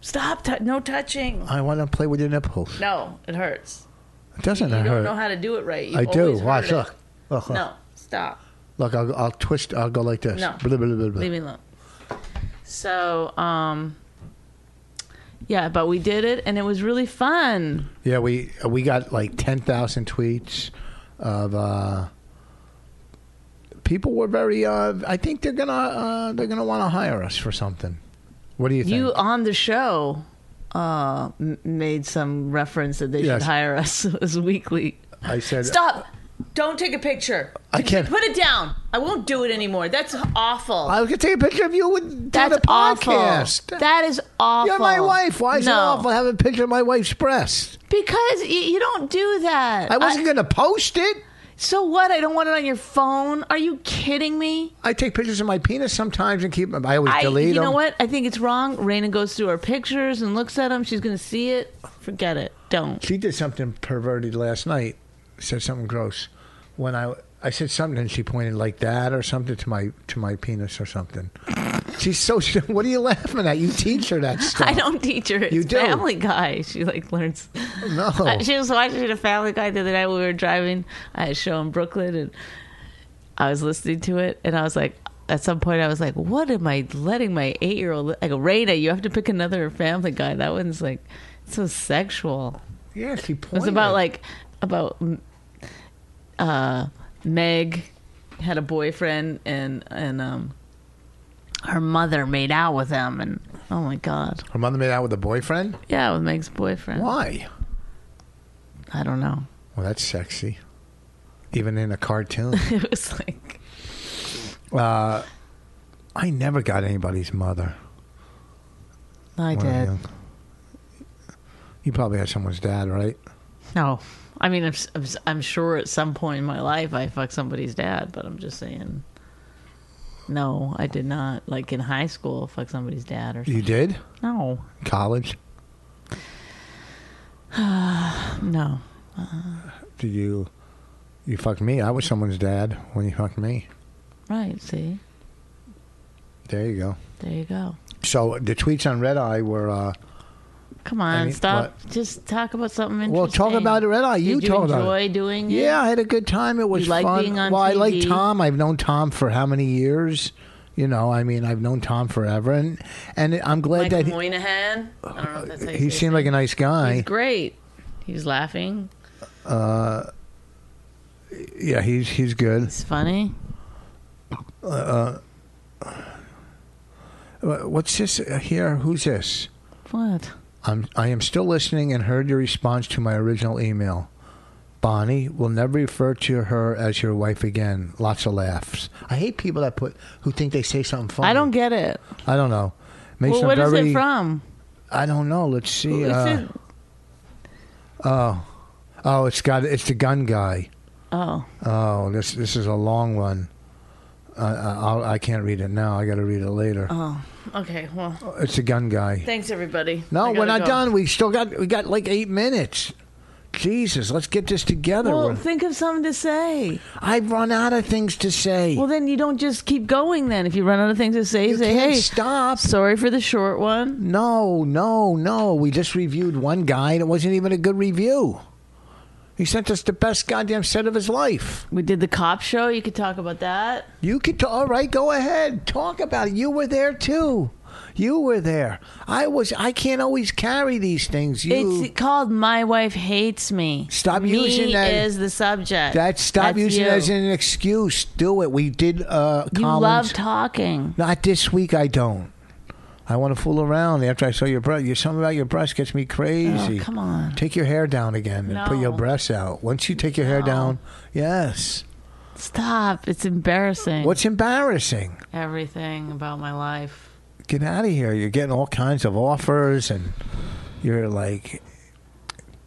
stop. T- no touching. I want to play with your nipples. No, it hurts. It doesn't You hurt. don't know how to do it right. You I do. always Watch. hurt Look. it. Look. look. No, stop. Look. I'll, I'll twist. I'll go like this. No. Blah, blah, blah, blah. Leave me alone. So, um, yeah, but we did it, and it was really fun. Yeah, we we got like ten thousand tweets of uh, people were very. Uh, I think they're gonna uh, they're gonna want to hire us for something. What do you think? You on the show uh, m- made some reference that they Yes. should hire us as weekly. I said Stop! Don't take a picture. I can't. Put it down. I won't do it anymore. That's awful. I was gonna take a picture of you with That's doing a podcast. awful. That is awful. You're my wife. Why is no. it awful? Having a picture of my wife's breast. Because y- you don't do that. I wasn't gonna post it. so what? I don't want it on your phone. Are you kidding me? I take pictures of my penis sometimes and keep them. I always I, delete you them. know what? I think it's wrong. Raina goes through our pictures and looks at them. She's going to see it. Forget it. Don't. She did something perverted last night. Said something gross. When I I said something and she pointed like that or something to my to my penis or something. She's so. What are you laughing at? You teach her that stuff. I don't teach her. It's You do. Family Guy. She like learns. No. Uh, she was watching a Family Guy the other night when we were driving at a show in Brooklyn, and I was listening to it, and I was like, at some point, I was like, "What am I letting my eight-year-old?" li- I go, "Raina, you have to pick another Family Guy. That one's like so sexual." yeah, she pointed. It was about like about mm, uh, Meg had a boyfriend and and um, her mother made out with him, and oh my god, her mother made out with a boyfriend. yeah, with Meg's boyfriend. Why? I don't know. Well, that's sexy. Even in a cartoon, Uh, It was like I never got anybody's mother. I when I did. was young. You probably had someone's dad, right? No, I mean, I'm, s- I'm, s- I'm sure at some point in my life I fucked somebody's dad, but I'm just saying. No, I did not. Like in high school, fuck somebody's dad or You did no, college. no. Did you? You fucked me. I was someone's dad when you fucked me. Right? See, There you go. there you go. So the tweets on Red Eye were uh, Come on, mean, stop. Just talk about something interesting. Well, talk about it, Red Eye. You Did you talk about it. enjoy doing it? Yeah, I had a good time. It was Mm-hmm. like fun. being on well, I like TV? Tom. I've known Tom for how many years? You know, I mean, I've known Tom forever, and and I'm glad Michael that he, Moynihan. I don't know if that's how you he say seemed like a nice it. guy. He's great. He was laughing. yeah, he's he's good. It's funny. Uh, What's this uh, here? Who's this? What? I'm I am still listening and heard your response to my original email. Bonnie will never refer to her as your wife again. Lots of laughs. I hate people that put who think they say something funny. I don't get it. I don't know. Makes Well, them what is very- uh, it from? I don't know. Let's see. Is uh, it? Oh, it's got it's the gun guy. Oh, Oh, this this is a long one. Uh, I'll, I can't read it now. I got to read it later. Uh-huh. okay. Well, It's the gun guy. thanks everybody. No, I we're gotta not go. done. We still got we got like eight minutes. Jesus, let's get this together. Well, We're- think of something to say. I've run out of things to say. Well, then you don't just keep going. Then if you run out of things to say, you say, can't "Hey, stop. sorry for the short one." No, no, no. We just reviewed one guy, and it wasn't even a good review. He sent us the best goddamn set of his life. We did the cop show. You could talk about that. You could, ta- all right, go ahead. Talk about it. You were there too. You were there. I was. I can't always carry these things. You. It's called "My Wife Hates Me." Stop Me using that- Is the subject that stop That's using you. it as an excuse. Do it. We did. Uh, You Collins. love talking. Not this week. I don't. I want to fool around after I saw your breast. Your something about your breast gets me crazy. Oh, come on. Take your hair down again and put your No. breasts out. Once you take your hair down, yes. Stop. It's embarrassing. What's embarrassing? everything about my life? Get out of here. You're getting all kinds of offers and you're like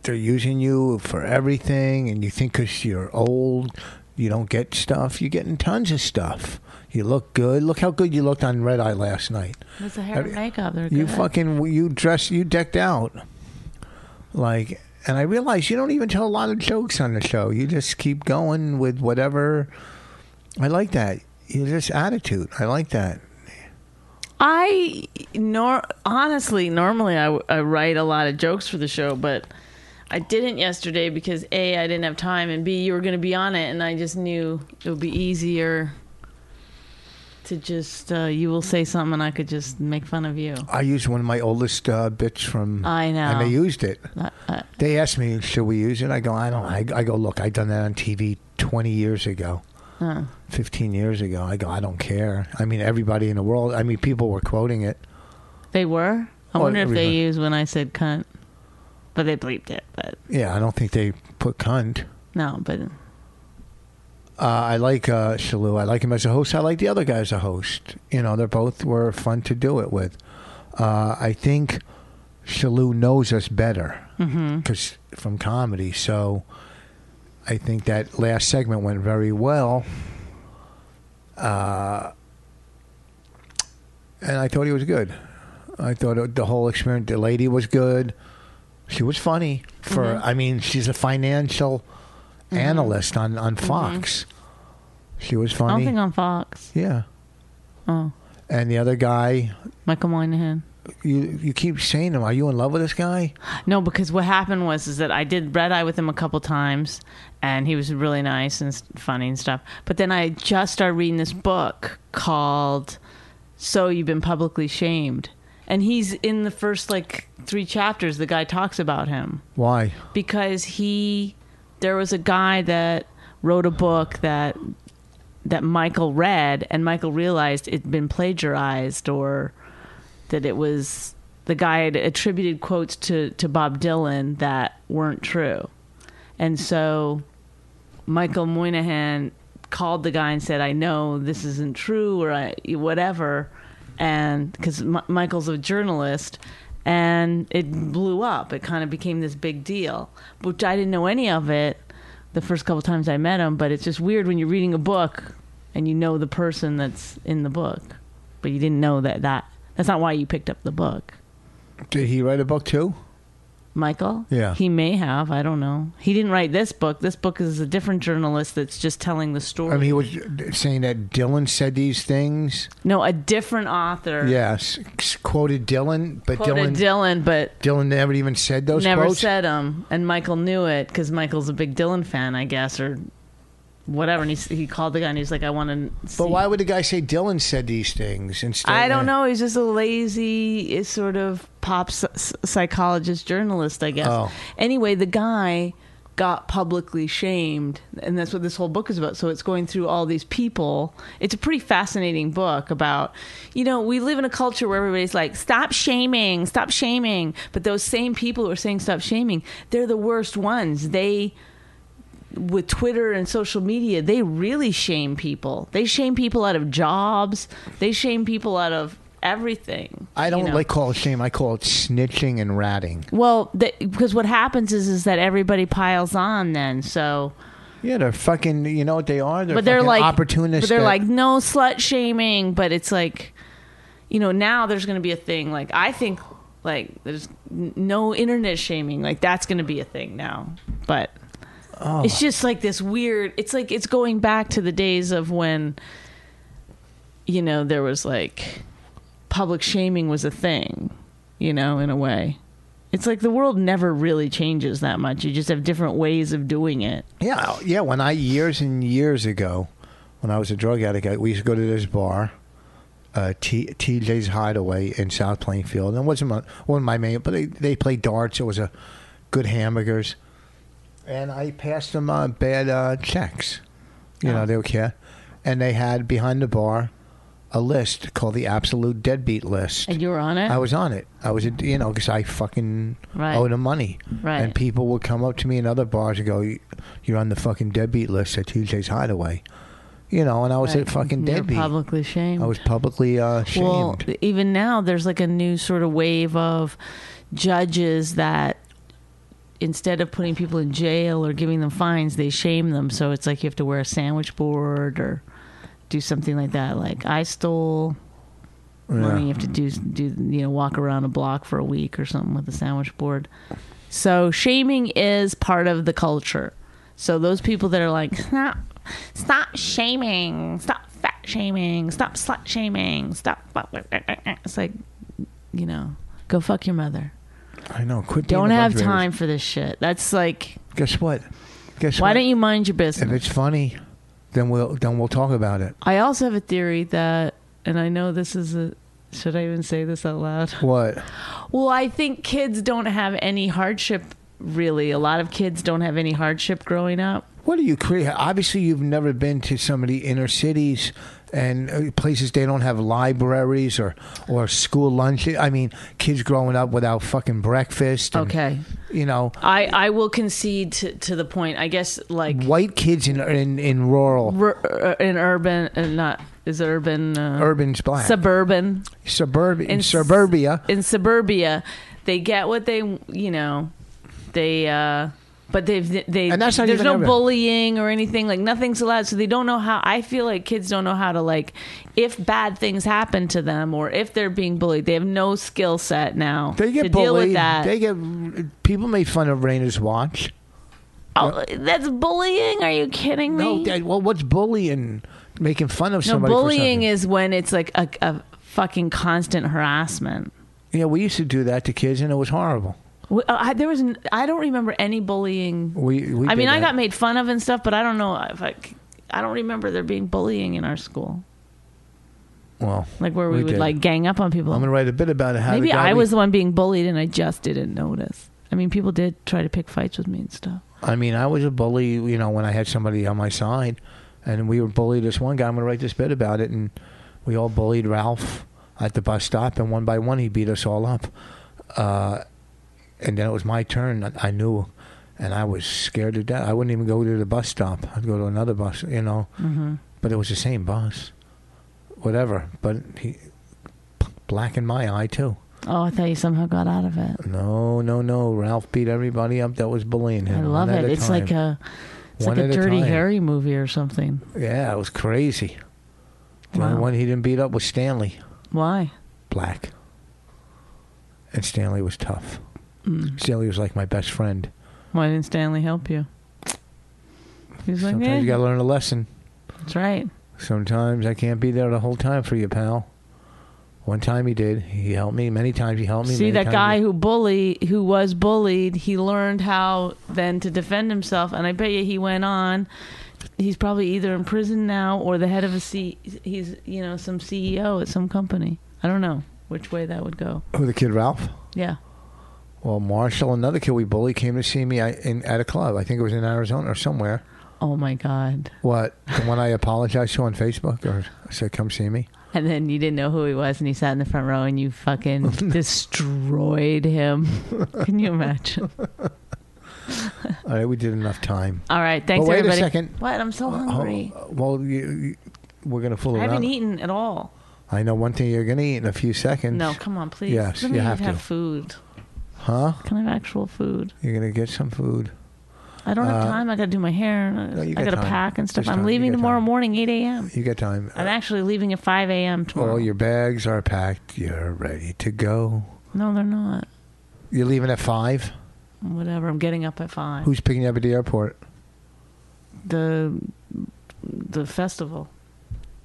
they're using you for everything and you think cuz you're old, you don't get stuff. You're getting tons of stuff. You look good. Look how good you looked on Red Eye last night. It's the hair and makeup. They're You good. fucking you dress you decked out. Like and I realize you don't even tell a lot of jokes on the show. You just keep going with whatever I like that. You just attitude. I like that. I nor honestly normally I, I write a lot of jokes for the show, but I didn't yesterday because a I didn't have time, and b you were going to be on it, and I just knew it would be easier to just uh, you will say something, and I could just make fun of you. I used one of my oldest uh, bits from I know. and they used it. I, I, They asked me, "Should we use it?" I go, "I don't." I, I go, "Look, I done that on TV twenty years ago, fifteen years ago." I go, "I don't care." I mean, everybody in the world. I mean, people were quoting it. they were. I Well, wonder if they everything. used when I said cunt, but they bleeped it. But Yeah, I don't think they put cunt. no, but Uh, I like uh, Shalou. I like him as a host. I like the other guy as a host. You know, they're both were fun to do it with. Uh, I think Shalou knows us better Mm-hmm. because from comedy. So I think that last segment went very well. Uh, and I thought he was good. I thought it, the whole experience. The lady was good. She was funny. For Mm-hmm. I mean, she's a financial analyst on on Fox. She was Mm-hmm. I don't funny. think on Fox. yeah. Oh, And the other guy, Michael Moynihan. you you keep saying to him, "Are you in love with this guy?" No, because what happened was is that I did red eye with him a couple times, and he was really nice and s- funny and stuff. But then I just started reading this book called "So You've Been Publicly Shamed," and he's in the first like three chapters. The guy talks about him Why? because he there was a guy that wrote a book that that Michael read and Michael realized it'd been plagiarized or that it was the guy had attributed quotes to to Bob Dylan that weren't true. And so Michael Moynihan called the guy and said, "I know this isn't true," or I, whatever, and because Michael's a journalist, and it blew up. It kind of became this big deal, which I didn't know any of it the first couple times I met him. But it's just weird when you're reading a book and you know the person that's in the book, but you didn't know that that that's not why you picked up the book. Did he write a book too? Michael. Yeah. He may have. I don't know. He didn't write this book. This book is a different journalist that's just telling the story. I mean, he was saying that Dylan said these things. no, a different author. Yes, quoted Dylan, but Quoted Dylan Dylan, but Dylan never even said those never quotes. said them. And Michael knew it because Michael's a big Dylan fan, I guess, or whatever. And he, s- he called the guy and he's like, I want to. but why would the guy say Dylan said these things instead? I don't know. He's just a lazy eh, sort of pop s- s- psychologist journalist, I guess. Oh. Anyway, the guy got publicly shamed, and that's what this whole book is about. So it's going through all these people. It's a pretty fascinating book about, you know, we live in a culture where everybody's like, stop shaming, stop shaming. But those same people who are saying stop shaming, they're the worst ones. They with Twitter and social media, they really shame people. They shame people out of jobs. They shame people out of everything. I you don't know. like call it shame. I call it snitching and ratting. Well, th- because what happens is is that everybody piles on then. So, Yeah, they're fucking. You know what they are? They're but they're fucking like opportunists. But they're that- like no slut shaming. But it's like, you know, now there's going to be a thing. Like I think, like there's n- no internet shaming. Like that's going to be a thing now. But it's just like this weird. It's like it's going back to the days of when, you know, there was like public shaming was a thing. You know, in a way. It's like the world never really changes that much. You just have different ways of doing it. Yeah, yeah. When I years and years ago, when I was a drug addict, I, we used to go to this bar, uh, T, TJ's Hideaway in South Plainfield, and it wasn't my, wasn't my main, but they they played darts. It was a good hamburgers, and I passed them uh, bad uh, checks. You know they were care, and they had behind the bar a list called the absolute deadbeat list. And you were on it. I was on it. I was, you know, because I fucking Eh? Right. owed them money. Right. And people would come up to me in other bars and go, "You're on the fucking deadbeat list at Tuesday's Hideaway," you know, and I was a Right. fucking You're deadbeat. publicly shamed. I was publicly uh, shamed. Well, even now, there's like a new sort of wave of judges that instead of putting people in jail or giving them fines, they shame them. So it's like you have to wear a sandwich board or do something like that. Like I stole money. You have to do do you know walk around a block for a week or something with a sandwich board. So shaming is part of the culture. So those people that are like stop, stop shaming, stop fat shaming, stop slut shaming, stop. It's like you know, go fuck your mother. I know. Quit. being Don't a have bunch of time for this shit. That's like, haters. Guess what? Guess why what? don't you mind your If business? it's funny, then we'll then we'll talk about it. I also have a theory that, and I know this is a. Should I even say this out loud? What? Well, I think kids don't have any hardship, really. A lot of kids don't have any hardship growing up. What are you creating? Obviously, you've never been to some of the inner cities and uh, places they don't have libraries or, or school lunch. I mean, kids growing up without fucking breakfast. and, Okay. You know, I, I will concede to, to the point. I guess, like, white kids in, in, in rural, r- uh, in urban, uh, not, is it urban? Uh, urban's black. Suburban. Suburban, in s- suburbia. in suburbia, they get what they you know, they uh but they've they And that's not there's even no urban. bullying or anything like nothing's allowed so they don't know how I feel like kids don't know how to like if bad things happen to them or if they're being bullied they have no skill set now They to get deal with bullied. that They get people made fun of Raina's watch. oh, that's bullying are you kidding me No, that, well, what's bullying? Making fun of No, somebody. bullying for something. is when it's like a, a fucking constant harassment Yeah, we used to do that to kids, and it was horrible. Wh- uh, I, there was n- I don't remember any bullying We, we I mean, did I that. got made fun of and stuff, but I don't know if I, c- I don't remember there being bullying in our school, well, like where we, We would did. like gang up on people. I'm gonna write a bit about it. How the Maybe guy I we- was the one being bullied and I just didn't notice. I mean, people did try to pick fights with me and stuff. I mean, I was a bully, you know, when I had somebody on my side, and we were bullied. This one guy, I'm going to write this bit about it, and we all bullied Ralph at the bus stop, and one by one, he beat us all up. Uh, and then it was my turn. I- I knew, and I was scared to death. I wouldn't even go to the bus stop. I'd go to another bus, you know. Mm-hmm. But it was the same bus, whatever. But he black in my eye too. Oh, I thought you somehow got out of it. No, no, no. Ralph beat everybody up that was bullying him. I love one at it. It's like uh, time. a, it's One like at a Dirty time. Harry movie or something. Yeah, it was crazy. The Wow. only one he didn't beat up was Stanley Why? Black. And Stanley was tough. Mm. Sally was like my best friend. Why didn't Stanley help you? He was like, Sometimes eh, you got to learn a lesson. that's right. Sometimes I can't be there the whole time for you, pal. One time he did. He helped me. Many times he helped me. Many See that times guy he- who bully, who was bullied, he learned how then to defend himself, and I bet you he went on. He's probably either in prison now or the head of a C. He's you know some CEO at some company. I don't know which way that would go. who the kid Ralph. Yeah, Well, Marshall, another kid we bullied, came to see me I- in, at a club. I think it was in Arizona or somewhere. Oh my God. What? The one I apologized to on Facebook, or I said, "Come see me." And then you didn't know who he was, and he sat in the front row, and you fucking destroyed him. Can you imagine? All right, we did enough time. All right, thanks But wait a everybody. second. What? I'm so hungry. Oh, well, you, you, we're gonna fool I around. haven't eaten at all. I know one thing you're gonna eat in a few seconds. No, come on, please. Yes, Let you me have to. have food. Huh? Can I have actual food? You're gonna get some food. I don't have Uh, time. I got to do my hair. And I you I got got to time. pack and stuff. There's I'm time. You leaving got tomorrow time. morning, 8 a.m. You got time. I'm actually leaving at 5 a.m. tomorrow. All your bags are packed. You're ready to go. no, they're not. You're leaving at five. Whatever. I'm getting up at 5. Who's picking you up at the airport? the the festival.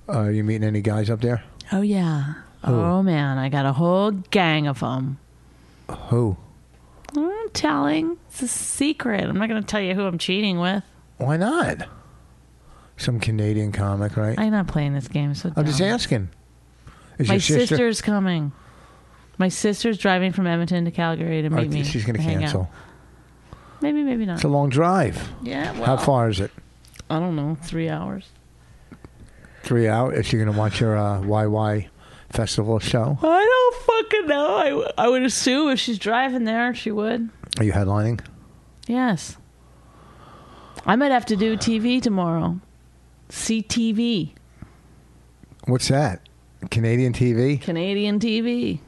Uh, are you meeting any guys up there? Oh yeah. Oh man, I got a whole gang of them. Who? I'm telling. It's a secret. I'm not going to tell you who I'm cheating with. Why not? Some Canadian comic, right? I'm not playing this game. So I'm just dumb. asking. Is My your sister? sister's coming. My sister's driving from Edmonton to Calgary to Oh, meet me. she's going to hang out. cancel. Maybe, maybe not. It's a long drive. yeah. Well, How far is it? I don't know. Three hours. Three hours. Is she going to watch your uh, YY festival show? I don't fucking know. I, w- I would assume if she's driving there, she would. Are you headlining? Yes. I might have to do TV tomorrow. CTV. What's that? Canadian TV? Canadian TV.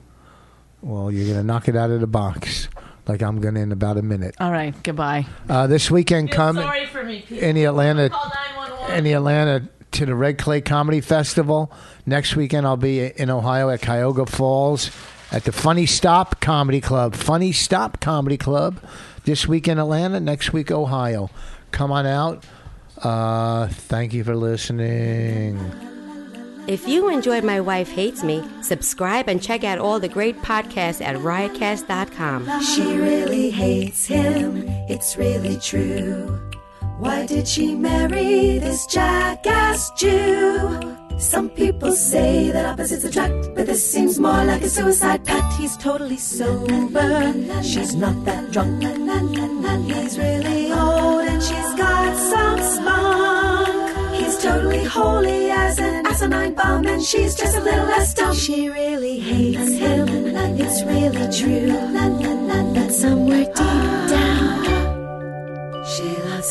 Well, you're going to knock it out of the box, like I'm going to in about a minute. All right. Goodbye. Uh, this weekend, come Sorry for me, Pete. in the Atlanta. Call 911. in the Atlanta to the Red Clay Comedy Festival. Next weekend, I'll be in Ohio at Cuyahoga Falls at the Funny Stop Comedy Club. Funny Stop Comedy Club. This week in Atlanta, next week, Ohio. Come on out. Uh, thank you for listening. If you enjoyed My Wife Hates Me, subscribe and check out all the great podcasts at riotcast.com. She really hates him, it's really true. Why did she marry this jackass Jew? Some people say that opposites attract, but this seems more like a suicide pact. He's totally sober, she's not that drunk. He's really old and she's got some spunk. He's totally holy as an asinine bomb, and she's just a little less dumb. She really hates him, it's really true. But somewhere deep down, she loves